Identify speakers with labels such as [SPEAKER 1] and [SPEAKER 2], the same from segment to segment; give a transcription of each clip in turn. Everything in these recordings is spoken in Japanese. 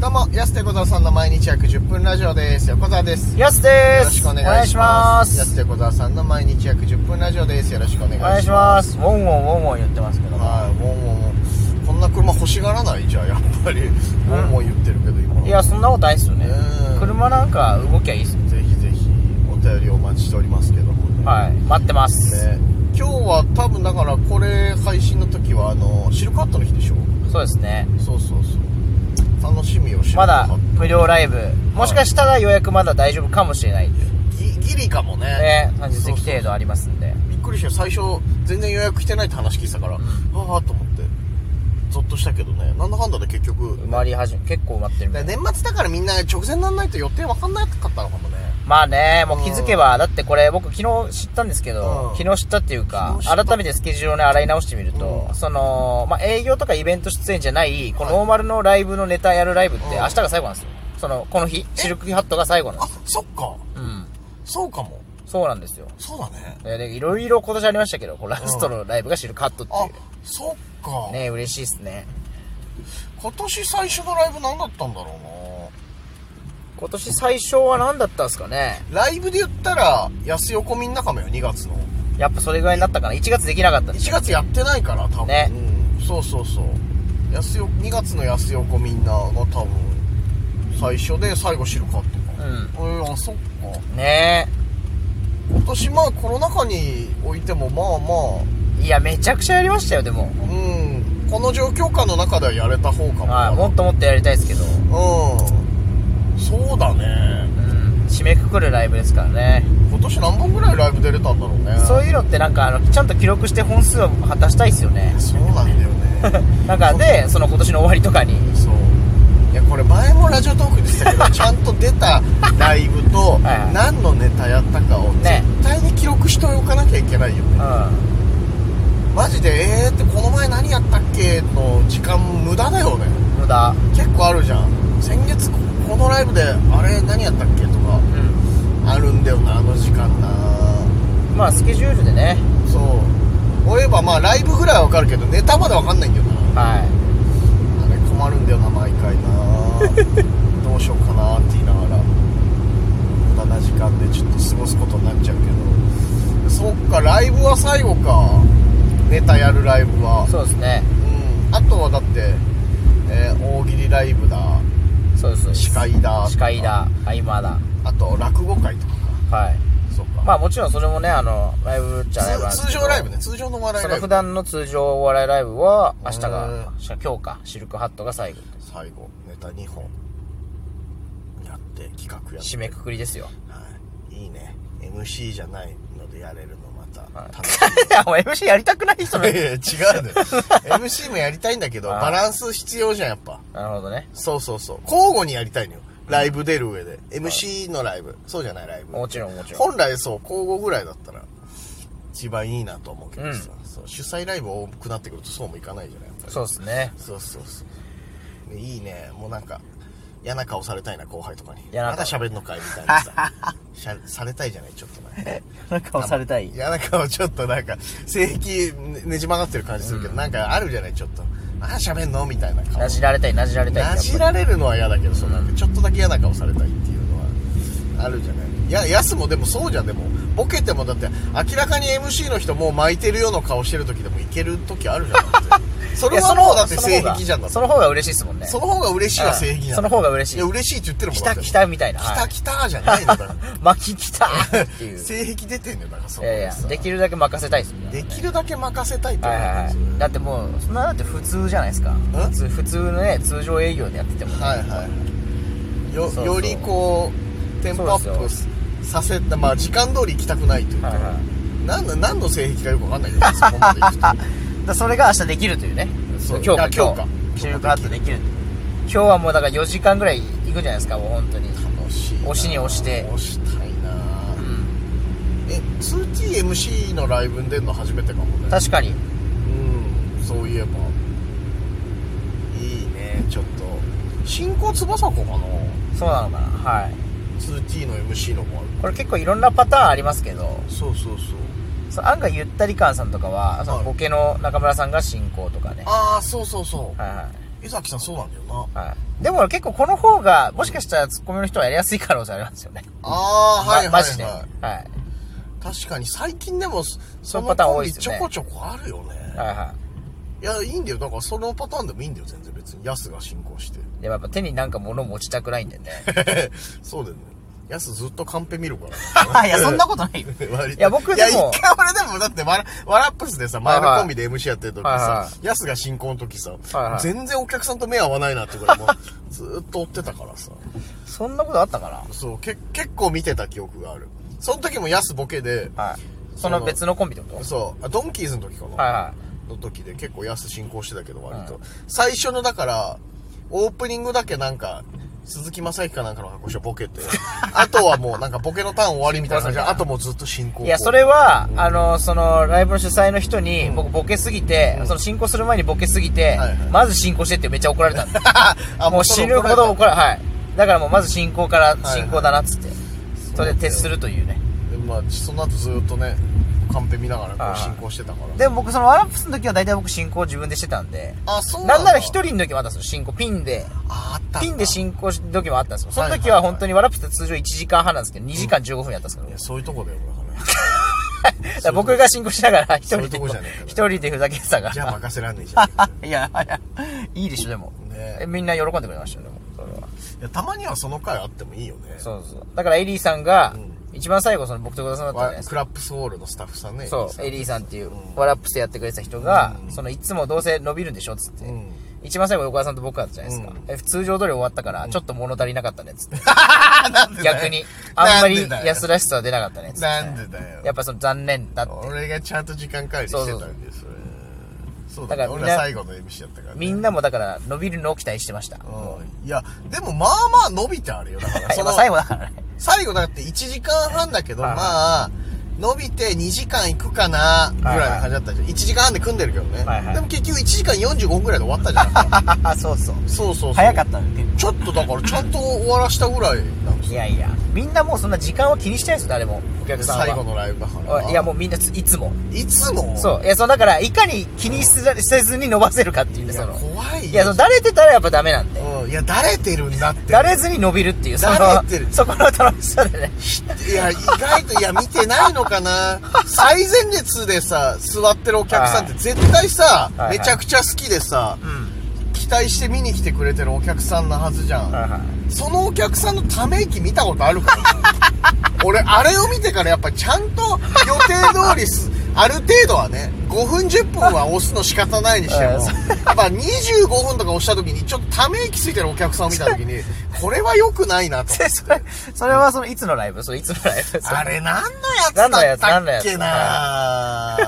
[SPEAKER 1] どうも、安手小沢さんの毎日約10分ラジオです。横澤です。よ
[SPEAKER 2] やすです
[SPEAKER 1] ろしくお願いします。
[SPEAKER 2] お願いし
[SPEAKER 1] 安手小沢さんの毎日約10分ラジオです。よろしくお願いし
[SPEAKER 2] お願
[SPEAKER 1] ま
[SPEAKER 2] い
[SPEAKER 1] す。
[SPEAKER 2] しますウォンウォンウォンウォン言ってますけど
[SPEAKER 1] はい、ウォンウォンウォン。こんな車欲しがらないじゃあ、やっぱり。ウォンウォン言ってるけど、今。
[SPEAKER 2] いやそんなことないっすよね
[SPEAKER 1] うん
[SPEAKER 2] 車なんか動きゃいいっす
[SPEAKER 1] ぜひぜひ、お便りお待ちしておりますけどもね。
[SPEAKER 2] はい待ってます
[SPEAKER 1] ね今日は多分だからこれ配信の時はあのシルクハットの日でしょ
[SPEAKER 2] そうですね
[SPEAKER 1] そうそうそう楽しみをし
[SPEAKER 2] まだ無料ライブもしかしたら予約まだ大丈夫かもしれない
[SPEAKER 1] ギギリかもね
[SPEAKER 2] ね30席
[SPEAKER 1] そうそう
[SPEAKER 2] 程度ありますんで
[SPEAKER 1] びっくりしたよ最初全然予約してないって話聞いてたから、ああーと思ってゾッとしたけどねなんだかんだで結局
[SPEAKER 2] 埋まり始め結構埋まってるみたい
[SPEAKER 1] 年末だからみんな直前にならないと予定分かんなかったのかもね
[SPEAKER 2] まあねもう気づけばだってこれ僕昨日知ったんですけ
[SPEAKER 1] う
[SPEAKER 2] ど
[SPEAKER 1] ん
[SPEAKER 2] 昨日知ったっていうか
[SPEAKER 1] 昨日知った
[SPEAKER 2] 改めてスケジュールをね洗い直してみると
[SPEAKER 1] うん
[SPEAKER 2] そのまあ営業とかイベント出演じゃないこのノーマルのライブのネタやるライブって
[SPEAKER 1] うん
[SPEAKER 2] 明日が最後なんですよそのこの日シルクハットが最後なん
[SPEAKER 1] あ
[SPEAKER 2] です
[SPEAKER 1] そっか
[SPEAKER 2] うん
[SPEAKER 1] そうかも
[SPEAKER 2] そうなんですよ
[SPEAKER 1] そうだね
[SPEAKER 2] ででいろいろ今年ありましたけどこうラストのライブがシルクハットって
[SPEAKER 1] あ
[SPEAKER 2] い
[SPEAKER 1] そっか、
[SPEAKER 2] うね嬉しいっすね
[SPEAKER 1] 今年最初のライブ何だったんだろうな
[SPEAKER 2] 今年最初は何だったんですかね
[SPEAKER 1] ライブで言ったら、安横みんなかもよ、2月の。
[SPEAKER 2] やっぱそれぐらいになったかな1月できなかったんで
[SPEAKER 1] 1月やってないから、多分。
[SPEAKER 2] ね
[SPEAKER 1] うん。そうそうそう。安よ、2月の安横みんなが多分、最初で最後知るかってか。
[SPEAKER 2] う
[SPEAKER 1] えー、あ、そっか。
[SPEAKER 2] んね
[SPEAKER 1] 今年まあコロナ禍においても、ま
[SPEAKER 2] えいやめちゃくちゃやりましたよでも
[SPEAKER 1] あまあ、うん、この状況下の中ではやれた方かも
[SPEAKER 2] はい、もっともっとやりたいですけど、う
[SPEAKER 1] うん。そうだね。
[SPEAKER 2] ん、締めくくるライブですからね、
[SPEAKER 1] 今年何本ぐらいライブ出れたんだろうね。
[SPEAKER 2] そういうのってなんかあのちゃんと記録して本数を果たしたいですよね
[SPEAKER 1] そうなんだよね。
[SPEAKER 2] なんかでその今年の終わりとかに
[SPEAKER 1] そういやこれ前もラジオトークでしたけ どちゃんと出たライブと
[SPEAKER 2] はいはい
[SPEAKER 1] 何のネタやったかを絶
[SPEAKER 2] ね
[SPEAKER 1] 対に記録しておかなきゃいけないよ
[SPEAKER 2] う
[SPEAKER 1] ね
[SPEAKER 2] ん
[SPEAKER 1] マジでえーってこの前何やったっけの時間無駄だよね
[SPEAKER 2] 無駄
[SPEAKER 1] 結構あるじゃん先月ここのライブであれ何やったっけとか
[SPEAKER 2] うん
[SPEAKER 1] あるんだよなあの時間な
[SPEAKER 2] まあスケジュールでね
[SPEAKER 1] そう追えばまあライブぐらいはわかるけどネタまでわかんないんだよな
[SPEAKER 2] は
[SPEAKER 1] あれ困るんだよな毎回 などうしようかなって言いながら無駄な時間でちょっと過ごすことになっちゃうけどそっかライブは最後かネタやるライブはい
[SPEAKER 2] そうですね
[SPEAKER 1] うんあとはだって、えー大喜利ライブだ
[SPEAKER 2] そうですそうです
[SPEAKER 1] 司会だ
[SPEAKER 2] 司会だ合間だ
[SPEAKER 1] あと落語会とかか
[SPEAKER 2] はい
[SPEAKER 1] そっか、
[SPEAKER 2] まあもちろんそれもねあのライブじゃライブなんです
[SPEAKER 1] 通
[SPEAKER 2] け
[SPEAKER 1] 通
[SPEAKER 2] ど
[SPEAKER 1] 常ライブね通常のお笑い
[SPEAKER 2] そ
[SPEAKER 1] ラ
[SPEAKER 2] の
[SPEAKER 1] イ
[SPEAKER 2] 普
[SPEAKER 1] ブ
[SPEAKER 2] 段の通常お笑いライブは明日
[SPEAKER 1] うん
[SPEAKER 2] が今日かシルクハットが最後
[SPEAKER 1] 最後ネタ2本やって企画やって
[SPEAKER 2] 締めくくりですよ
[SPEAKER 1] はい、いいね MC じゃないのでやれるのまた
[SPEAKER 2] はい
[SPEAKER 1] 楽し
[SPEAKER 2] いや、もう MC やりたくない人
[SPEAKER 1] み
[SPEAKER 2] ない
[SPEAKER 1] やいや違うね MC もやりたいんだけど
[SPEAKER 2] あー
[SPEAKER 1] バランス必要じゃんやっぱ
[SPEAKER 2] なるほどね。
[SPEAKER 1] そうそうそう交互にやりたいのよライブ出る上で MC のライブそうじゃないライブ
[SPEAKER 2] もちろんもちろん。
[SPEAKER 1] 本来そう交互ぐらいだったら一番いいなと思うけどさ、そう主催ライブ多くなってくるとそうもいかないじゃないやっぱり
[SPEAKER 2] そうですね。
[SPEAKER 1] そうそうそうでいいねもうなんか嫌な顔されたいな後輩とかに
[SPEAKER 2] 嫌な
[SPEAKER 1] ま
[SPEAKER 2] 顔
[SPEAKER 1] だ喋んのかいみたいなさしゃされたいじゃないちょっとな
[SPEAKER 2] なんか押されたい
[SPEAKER 1] いや、なんかちょっとなんか、性癖ねねじ曲がってる感じするけど、なんかあるじゃない、ちょっと。あー、喋んのみたいな顔。
[SPEAKER 2] なじられたい、なじられたい。
[SPEAKER 1] なじ
[SPEAKER 2] やっ
[SPEAKER 1] られるのは嫌だけど、そうなんかちょっとだけ嫌な顔されたいっていうのは、あるじゃない。いや、やすもでもそうじゃん、でも。ボケてもだって、明らかに MC の人もう巻いてるような顔してる時でもいける時あるじゃんだ って。そ
[SPEAKER 2] ぱ
[SPEAKER 1] れ
[SPEAKER 2] り
[SPEAKER 1] はもうだって性癖じゃんだって
[SPEAKER 2] その方が嬉しいですもんね。
[SPEAKER 1] その方が嬉しいは性癖なんだ
[SPEAKER 2] その方が嬉しい
[SPEAKER 1] いや、嬉しいって言ってるもん
[SPEAKER 2] 来
[SPEAKER 1] だ
[SPEAKER 2] た
[SPEAKER 1] って
[SPEAKER 2] 来たみたいな。
[SPEAKER 1] 来
[SPEAKER 2] は
[SPEAKER 1] た
[SPEAKER 2] い
[SPEAKER 1] 来たじゃないのだ から。
[SPEAKER 2] 巻き来たって いう。い
[SPEAKER 1] 性癖出てんのよ、だからそこ
[SPEAKER 2] やい
[SPEAKER 1] で
[SPEAKER 2] や
[SPEAKER 1] さ、
[SPEAKER 2] できるだけ任せたいですもんね
[SPEAKER 1] できるだけ任せたいって
[SPEAKER 2] はい
[SPEAKER 1] 思う
[SPEAKER 2] はい
[SPEAKER 1] ん
[SPEAKER 2] は
[SPEAKER 1] ですよ
[SPEAKER 2] い。だってもう、そんなだって普通じゃないですか。普通、普通のね、通常営業でやってても。
[SPEAKER 1] はいはいよ
[SPEAKER 2] そうそう
[SPEAKER 1] よりこうテンポア
[SPEAKER 2] そう
[SPEAKER 1] ッ
[SPEAKER 2] で
[SPEAKER 1] プさせたまあ時間通り行きたくないというか、
[SPEAKER 2] はいは
[SPEAKER 1] なんだ何の性癖かよくわかんないけど そこまで行くと
[SPEAKER 2] だそれが明日できるというね。
[SPEAKER 1] そう
[SPEAKER 2] 今日か
[SPEAKER 1] あ今日か
[SPEAKER 2] 日収録アップできる。今日はもうだから4時間ぐらい行くんじゃないですか、もう本当に。
[SPEAKER 1] 楽しいな
[SPEAKER 2] 押しに押して
[SPEAKER 1] 押したいな
[SPEAKER 2] うん。
[SPEAKER 1] え 2TMC のライブに出るの初めてかもね
[SPEAKER 2] 確かに。
[SPEAKER 1] うんそういえばいいねちょっと新興翼子かな
[SPEAKER 2] そうなのかな。はい。
[SPEAKER 1] 2T の MC の子ある
[SPEAKER 2] これ結構いろんなパターンありますけど
[SPEAKER 1] そうそうそう
[SPEAKER 2] そう案外ゆったり感さんとかはそのボケの中村さんが進行とかね
[SPEAKER 1] ああそうそうそう
[SPEAKER 2] はいは
[SPEAKER 1] 江崎さんそうなんだよな
[SPEAKER 2] はい。でも結構この方が、もしかしたらツッコミの人はやりやすい可能性ありますよね。
[SPEAKER 1] ああはい
[SPEAKER 2] ま
[SPEAKER 1] はい
[SPEAKER 2] マジで。は。
[SPEAKER 1] はい
[SPEAKER 2] はい
[SPEAKER 1] い確かに最近でもそ
[SPEAKER 2] そういう
[SPEAKER 1] の
[SPEAKER 2] パターン
[SPEAKER 1] コ
[SPEAKER 2] 多
[SPEAKER 1] ン
[SPEAKER 2] い
[SPEAKER 1] ビ
[SPEAKER 2] です
[SPEAKER 1] ち
[SPEAKER 2] よ
[SPEAKER 1] ょ
[SPEAKER 2] ね
[SPEAKER 1] こちょこあるよね
[SPEAKER 2] はい
[SPEAKER 1] やいいんだよだからそのパターンでもいいんだよ全然別にヤスが進行して
[SPEAKER 2] い。でもやっぱ手になんか物持ちたくないんでね。
[SPEAKER 1] そうだよねヤスずっとカンペ見るから
[SPEAKER 2] いや、そんなことないよ。
[SPEAKER 1] 割と
[SPEAKER 2] いや僕でも
[SPEAKER 1] いや、一回俺でも、だって、わら、わらっぷすでさ、前のコンビで MC やってる時
[SPEAKER 2] はいはい
[SPEAKER 1] さ
[SPEAKER 2] は、
[SPEAKER 1] ヤスが進行の時さ
[SPEAKER 2] はいは、い
[SPEAKER 1] 全然お客さんと目合わないなってぐらい、もう、 ずーっと追ってたからさ。
[SPEAKER 2] そんなことあったか
[SPEAKER 1] そう、け、結構見てた記憶がある。その時もヤスボケで、
[SPEAKER 2] なはい。その別のコンビってこと
[SPEAKER 1] そう、あドンキーズの時か
[SPEAKER 2] は
[SPEAKER 1] な。
[SPEAKER 2] いは
[SPEAKER 1] の時で結構ヤス進行してたけど、割
[SPEAKER 2] う
[SPEAKER 1] と
[SPEAKER 2] ん。
[SPEAKER 1] 最初のだから、オープニングだけなんか、鈴木正樹かなんかの格好してボケて、 あとはもうなんかボケのターン終わりみたいな感じで、あともうずっと進行。
[SPEAKER 2] い。いや、それは、あの、その、ライブの主催の人に、僕ボケすぎて、その進行する前にボケすぎ
[SPEAKER 1] は
[SPEAKER 2] て、
[SPEAKER 1] いはい
[SPEAKER 2] まず進行してってめっちゃ怒られたんで。
[SPEAKER 1] あ
[SPEAKER 2] もう死ぬほど怒られはい。だからもうまず進行から
[SPEAKER 1] はい
[SPEAKER 2] 進行だなっつって。それで徹するというね。
[SPEAKER 1] でまあその後ずっとねカンペ見ながら
[SPEAKER 2] あ
[SPEAKER 1] こ
[SPEAKER 2] あ
[SPEAKER 1] う進行してたから
[SPEAKER 2] でも僕そのワラップスの時は大体僕進行自分でしてたんで。
[SPEAKER 1] あそう
[SPEAKER 2] なんなら一
[SPEAKER 1] 人
[SPEAKER 2] 人の時もあったんですよ、進行。ピンで。
[SPEAKER 1] ああったんだ
[SPEAKER 2] ピンで進行した時もあったんですよ。その時
[SPEAKER 1] はいはいは
[SPEAKER 2] はい本当にワラップスって通常1時間半なんですけど、2時間15分やったんですけど
[SPEAKER 1] いや。そういうとこだよだ か
[SPEAKER 2] だから僕が進行しながら一
[SPEAKER 1] そうい
[SPEAKER 2] 人
[SPEAKER 1] うとこ
[SPEAKER 2] で
[SPEAKER 1] じゃねえか、ら
[SPEAKER 2] 一人でふざけてたから ら。
[SPEAKER 1] じゃあ任せらんねえじゃん
[SPEAKER 2] いや、いや、いいでしょ、でも。
[SPEAKER 1] ね
[SPEAKER 2] えみんな喜んでくれましたよ、でも。それはい
[SPEAKER 1] やたまにはその回あってもいいよね
[SPEAKER 2] そうそう。だからエリーさんが
[SPEAKER 1] うん、
[SPEAKER 2] 一番最後その僕と田さんだったじゃない
[SPEAKER 1] わ
[SPEAKER 2] ですか
[SPEAKER 1] クラップスウォールのスタッフさんね
[SPEAKER 2] そう、エリーさんってい
[SPEAKER 1] う
[SPEAKER 2] う
[SPEAKER 1] ん、
[SPEAKER 2] ワラップスやってくれてた人が
[SPEAKER 1] う、ん
[SPEAKER 2] その、いつもどうせ伸びるんでしょっつって
[SPEAKER 1] うん。
[SPEAKER 2] 一番最後横田さんと僕だったじゃないですか
[SPEAKER 1] うん。
[SPEAKER 2] え通常通り終わったから、ちょっと物足りなかったね、つって。
[SPEAKER 1] なんでだよ
[SPEAKER 2] 逆に、あんま
[SPEAKER 1] な
[SPEAKER 2] り
[SPEAKER 1] んでだよ
[SPEAKER 2] 安らしさは出なかったね、つって。
[SPEAKER 1] なんでだよ
[SPEAKER 2] やっぱその残念だって。
[SPEAKER 1] 俺がちゃんと時間管理してたんでそれそうだ
[SPEAKER 2] だ
[SPEAKER 1] ね
[SPEAKER 2] から
[SPEAKER 1] 俺
[SPEAKER 2] みんな
[SPEAKER 1] ら最後の MC やったからね
[SPEAKER 2] みんなもだから、伸びるのを期待してました。
[SPEAKER 1] うんいやでもまあまあ伸びてあるよだから
[SPEAKER 2] 今最後だからね。
[SPEAKER 1] 最後だって1時間半だけど、
[SPEAKER 2] はい
[SPEAKER 1] まあ、伸びて2時間いくかな、ぐらいの感じだったじゃん。1時間半で組んでるけどね。
[SPEAKER 2] はいはい
[SPEAKER 1] でも結局1時間45分ぐらいで終わったじゃん。
[SPEAKER 2] あ、そうそう。
[SPEAKER 1] そうそうそう。
[SPEAKER 2] 早かったね。
[SPEAKER 1] ちょっとだからちゃんと終わらしたぐらいなんです
[SPEAKER 2] い
[SPEAKER 1] よ。
[SPEAKER 2] やいや、みんなもうそんな時間を気にしてないですよ、誰も。お客さんは。
[SPEAKER 1] 最後のライブだから。
[SPEAKER 2] おいや、もうみんなつ、いつも。
[SPEAKER 1] う。いつも。
[SPEAKER 2] そう。いや、そう、だから、いかに気にせずせずに伸ばせるかっていうね、
[SPEAKER 1] い
[SPEAKER 2] そ
[SPEAKER 1] や、
[SPEAKER 2] の。
[SPEAKER 1] 怖いよ。
[SPEAKER 2] いや、その、だれてたらやっぱダメなんで。
[SPEAKER 1] うん。いや、だれてるんだって。
[SPEAKER 2] だれずに伸びるっていう、その
[SPEAKER 1] だれてる、
[SPEAKER 2] そこの楽しさでね。
[SPEAKER 1] いや、意外と、いや、見てないのかな最前列でさ、座ってるお客さんって絶対さ、
[SPEAKER 2] はいはい
[SPEAKER 1] めちゃくちゃ好きでさ、
[SPEAKER 2] うん。
[SPEAKER 1] 期待して見に来てくれてるお客さんなはずじゃん。
[SPEAKER 2] はいはい。
[SPEAKER 1] そのお客さんのため息見たことある から俺あれを見てからやっぱちゃんと予定通り すある程度はね5分10分は押すの仕方ないにしても
[SPEAKER 2] うん
[SPEAKER 1] やっぱ25分とか押した時にちょっとため息ついてるお客さんを見た時に これは良くないなと
[SPEAKER 2] で、 それ、それはその、いつのライブそれ、いつのライブそ
[SPEAKER 1] あ
[SPEAKER 2] れ
[SPEAKER 1] れ何のやつだったっけな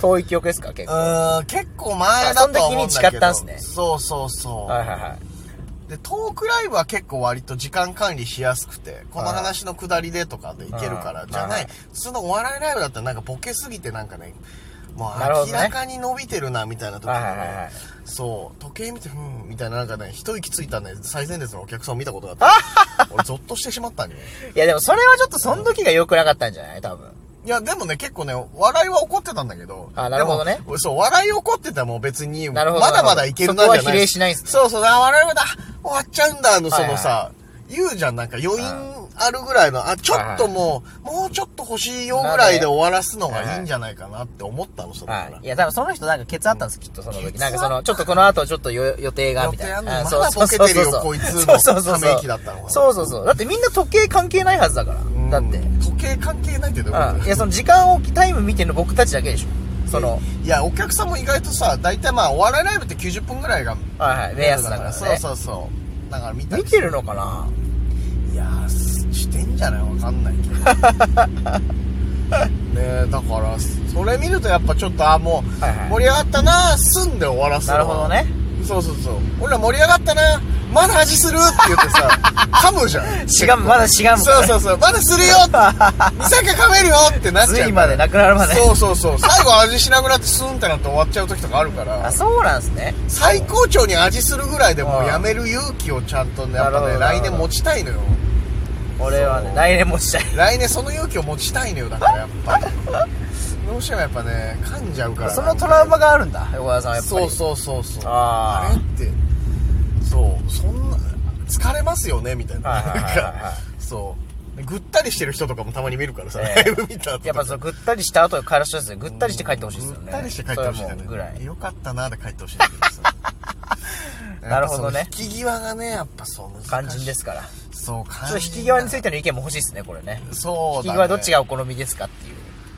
[SPEAKER 2] 遠い記憶ですか結
[SPEAKER 1] う
[SPEAKER 2] 構。は
[SPEAKER 1] ーん結構前だとは思うんだけど
[SPEAKER 2] あその時に誓ったんすね
[SPEAKER 1] そうそうそう、
[SPEAKER 2] いはいはい。
[SPEAKER 1] で、トークライブは結構割と時間管理しやすくて、この話の下りでとかでいけるから、
[SPEAKER 2] うん
[SPEAKER 1] じゃない
[SPEAKER 2] うん、
[SPEAKER 1] 普通のお笑いライブだったらなんかボケすぎてなんかね、も
[SPEAKER 2] なるほ
[SPEAKER 1] う
[SPEAKER 2] ど
[SPEAKER 1] 明
[SPEAKER 2] ね
[SPEAKER 1] らかに伸びてるな、みたいな時にね、
[SPEAKER 2] はいはいはい
[SPEAKER 1] そう、時計見て、うん、みたいななんかね、一息ついたね、最前列のお客さんを見たことがあ って、俺ゾッとしてしまったね。
[SPEAKER 2] いや、でもそれはちょっとその時が良くなかったんじゃない多分。
[SPEAKER 1] いや、でもね、結構ね、笑いは怒ってたんだけど。
[SPEAKER 2] あなるほどね
[SPEAKER 1] でも。そう、笑い怒ってたらもう別に、ま
[SPEAKER 2] なるほど
[SPEAKER 1] だまだいけるな
[SPEAKER 2] そ
[SPEAKER 1] じ
[SPEAKER 2] こ
[SPEAKER 1] ゃな
[SPEAKER 2] は
[SPEAKER 1] い。
[SPEAKER 2] 比例しないんすね
[SPEAKER 1] そうそう、あ、笑いはだ、終わっちゃうんだ、あの、
[SPEAKER 2] は
[SPEAKER 1] そ
[SPEAKER 2] いはい
[SPEAKER 1] のさ、言うじゃん、なんか余韻あるぐらいの、あ、ちょっともう、もうちょっと欲しいよぐらいで終わらすのがいいんじゃないかなって思ったの、そこか
[SPEAKER 2] は
[SPEAKER 1] ら
[SPEAKER 2] い。い。や、多分その人なんかケツあったんです、きっとその
[SPEAKER 1] ケ
[SPEAKER 2] 時。
[SPEAKER 1] ツあっ
[SPEAKER 2] なんかその、ちょっとこの後ちょっとよ予定が、みたいな。
[SPEAKER 1] 予定あんの
[SPEAKER 2] そう
[SPEAKER 1] まだ
[SPEAKER 2] そう
[SPEAKER 1] ボケてるよ
[SPEAKER 2] そうそう
[SPEAKER 1] こいつの
[SPEAKER 2] そうそうそう
[SPEAKER 1] ため息だったのかな
[SPEAKER 2] そうそうそう。だってみんな時計関係ないはずだから。だって。
[SPEAKER 1] うん時計関係ないけどういうこと
[SPEAKER 2] うん。いや、その時間を、タイム見てるの僕たちだけでしょ。その、
[SPEAKER 1] いや、お客さんも意外とさ、大体まあ、お笑いライブって90分ぐらいが、
[SPEAKER 2] はいはい、目安だからね。
[SPEAKER 1] そうそうそう。だから見たり
[SPEAKER 2] 見てるのかない
[SPEAKER 1] やーしてんじゃないわかんないけ どねえだからそれ見るとやっぱちょっとあもう
[SPEAKER 2] はいはい
[SPEAKER 1] 盛り上がったなすんで終わらすの
[SPEAKER 2] なるほどね
[SPEAKER 1] そうそうそう俺ら盛り上がったなまだ味するって言って さ噛むじゃん
[SPEAKER 2] しがむ、まだしがむ。
[SPEAKER 1] そうそうそうまだす るよって2酒噛めるよってなっちゃう
[SPEAKER 2] 髄までなくなるまで
[SPEAKER 1] そうそうそう最後味しなくなってスンってなって終わっちゃう時とかあるか
[SPEAKER 2] あ、
[SPEAKER 1] ら
[SPEAKER 2] そうなんですね。
[SPEAKER 1] 最高潮に味するぐらいでもう
[SPEAKER 2] あー
[SPEAKER 1] やめる勇気をちゃんとねやっぱね
[SPEAKER 2] なる
[SPEAKER 1] 来年
[SPEAKER 2] ほど
[SPEAKER 1] 持ちたいのよ
[SPEAKER 2] 俺は
[SPEAKER 1] そ
[SPEAKER 2] ね、
[SPEAKER 1] う
[SPEAKER 2] 来年もしたい。
[SPEAKER 1] 来年その勇気を持ちたいのよだからやっぱりどうしてもやっぱね噛んじゃうから
[SPEAKER 2] そのトラウマがあるんだ横田さんはやっぱ
[SPEAKER 1] そ
[SPEAKER 2] り
[SPEAKER 1] うそうそうそう
[SPEAKER 2] あ
[SPEAKER 1] れ
[SPEAKER 2] ー
[SPEAKER 1] ってそうそんな疲れますよねみたいな
[SPEAKER 2] はいはいはいはい
[SPEAKER 1] なんかそうでぐったりしてる人とかもたまに見るからさ、
[SPEAKER 2] ええ
[SPEAKER 1] ライブ見た後とか
[SPEAKER 2] やっぱそのぐったりした後で帰らせてですねぐったりして帰ってほしいですよね
[SPEAKER 1] ぐったりして帰ってほしい
[SPEAKER 2] それはもうぐら
[SPEAKER 1] ね
[SPEAKER 2] い
[SPEAKER 1] よかったなで帰ってほしいんだけどさ
[SPEAKER 2] なるほどね
[SPEAKER 1] やっぱその引き際がねやっぱそう難しい
[SPEAKER 2] 肝心ですからち
[SPEAKER 1] そう肝
[SPEAKER 2] ょっ
[SPEAKER 1] 心
[SPEAKER 2] と引き際についての意見も欲しいですねこれね
[SPEAKER 1] そうだ、ね、
[SPEAKER 2] 引き際どっちがお好みですかっていう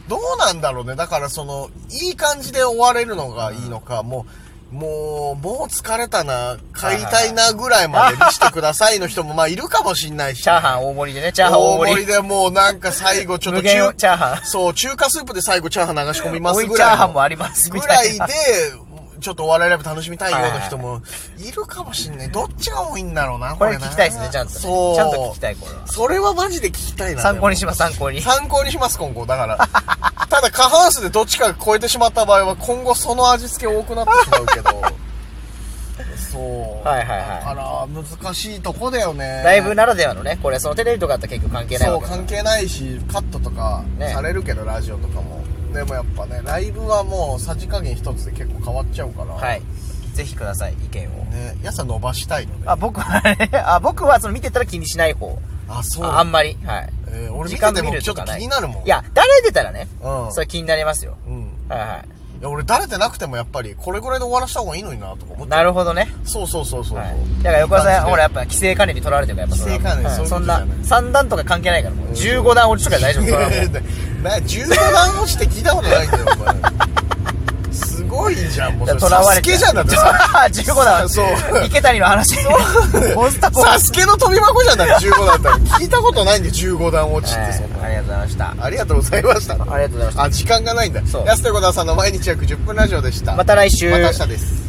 [SPEAKER 1] どうなんだろうね。だからその、いい感じで終われるのがいいのか、もう、もう、もう疲れたな、帰りたいなぐらいまでにしてくださいの人も、まあいるかもしんないし。
[SPEAKER 2] チャーハン大盛りでねチャーハン
[SPEAKER 1] 大
[SPEAKER 2] 大
[SPEAKER 1] 盛
[SPEAKER 2] 盛
[SPEAKER 1] り
[SPEAKER 2] り
[SPEAKER 1] でもうなんか最後ちょっと
[SPEAKER 2] 無限チャーハン
[SPEAKER 1] そう、中華スープで最後チャーハン流し込みま
[SPEAKER 2] 多
[SPEAKER 1] す
[SPEAKER 2] い
[SPEAKER 1] ぐ
[SPEAKER 2] チャ
[SPEAKER 1] らいの。
[SPEAKER 2] ーハンもあります
[SPEAKER 1] ぐ
[SPEAKER 2] み
[SPEAKER 1] ら
[SPEAKER 2] た
[SPEAKER 1] い
[SPEAKER 2] い
[SPEAKER 1] で
[SPEAKER 2] な、
[SPEAKER 1] ちょっとお笑いライブ楽しみたいような人もいるかもしんない。どっちが多いんだろうな、
[SPEAKER 2] こ
[SPEAKER 1] こ
[SPEAKER 2] れ
[SPEAKER 1] れな
[SPEAKER 2] 聞きたいですねちゃんとね
[SPEAKER 1] そう。
[SPEAKER 2] ちゃんと聞きたいこれは
[SPEAKER 1] それはマジで聞きたいな。
[SPEAKER 2] 参考にします参考 に
[SPEAKER 1] 参考にします今後だからただ過半数でどっちかが超えてしまった場合は今後その味付け多くなってしまうけどそう
[SPEAKER 2] はいはいは
[SPEAKER 1] だか
[SPEAKER 2] い
[SPEAKER 1] ら難しいとこだよね
[SPEAKER 2] ライブならではのねこれそのテレビとかだったら結局関係ない
[SPEAKER 1] そ
[SPEAKER 2] わ
[SPEAKER 1] う
[SPEAKER 2] けだ
[SPEAKER 1] 関係ないしカットとか
[SPEAKER 2] ね
[SPEAKER 1] されるけど、ラジオとかもでもやっぱねライブはもうさじ加減一つで結構変わっちゃうから
[SPEAKER 2] はいぜひください意見を
[SPEAKER 1] ねやさ伸ばしたいのね
[SPEAKER 2] あ僕はね あ僕はその見てたら気にしない方
[SPEAKER 1] あそう
[SPEAKER 2] ああんまりはい
[SPEAKER 1] えー俺見
[SPEAKER 2] 時
[SPEAKER 1] て
[SPEAKER 2] 間
[SPEAKER 1] て
[SPEAKER 2] 見
[SPEAKER 1] も
[SPEAKER 2] る
[SPEAKER 1] ちょ
[SPEAKER 2] と
[SPEAKER 1] っと
[SPEAKER 2] か
[SPEAKER 1] 気
[SPEAKER 2] ない
[SPEAKER 1] になるもん
[SPEAKER 2] いや誰出たらね
[SPEAKER 1] うん
[SPEAKER 2] それ気になりますよ
[SPEAKER 1] うん
[SPEAKER 2] はいはい
[SPEAKER 1] や俺誰でなくてもやっぱりこれぐらいで終わらした方がいいのになとか思
[SPEAKER 2] い
[SPEAKER 1] って
[SPEAKER 2] なるほどね
[SPEAKER 1] そうそうそうそうそう、
[SPEAKER 2] はいだから横田さんほら
[SPEAKER 1] い
[SPEAKER 2] や
[SPEAKER 1] い
[SPEAKER 2] っぱ規制管理に取られてるからやっぱそれは
[SPEAKER 1] 規制管理
[SPEAKER 2] はい
[SPEAKER 1] そういうこ
[SPEAKER 2] そ
[SPEAKER 1] と
[SPEAKER 2] ん
[SPEAKER 1] じゃない
[SPEAKER 2] な3段とか関係ないからもう15段落ちとか大丈 夫それはも
[SPEAKER 1] 感
[SPEAKER 2] う
[SPEAKER 1] じでな15段落ちて聞いたことないんだよお前すごいじゃんもうそ
[SPEAKER 2] とらわれ
[SPEAKER 1] サス
[SPEAKER 2] て
[SPEAKER 1] ケじゃんだってさ
[SPEAKER 2] 15段
[SPEAKER 1] そう
[SPEAKER 2] 池谷の話モンスタコ
[SPEAKER 1] サスケの飛び箱じゃんだって15段だったら聞いたことないんで15段落ちってそんな、
[SPEAKER 2] はいありがとうございました
[SPEAKER 1] ありがとうございました
[SPEAKER 2] ありがとうございました
[SPEAKER 1] あ時間がないんだ
[SPEAKER 2] そう
[SPEAKER 1] 安手小田さんの毎日約10分ラジオでした
[SPEAKER 2] また来週
[SPEAKER 1] また明日です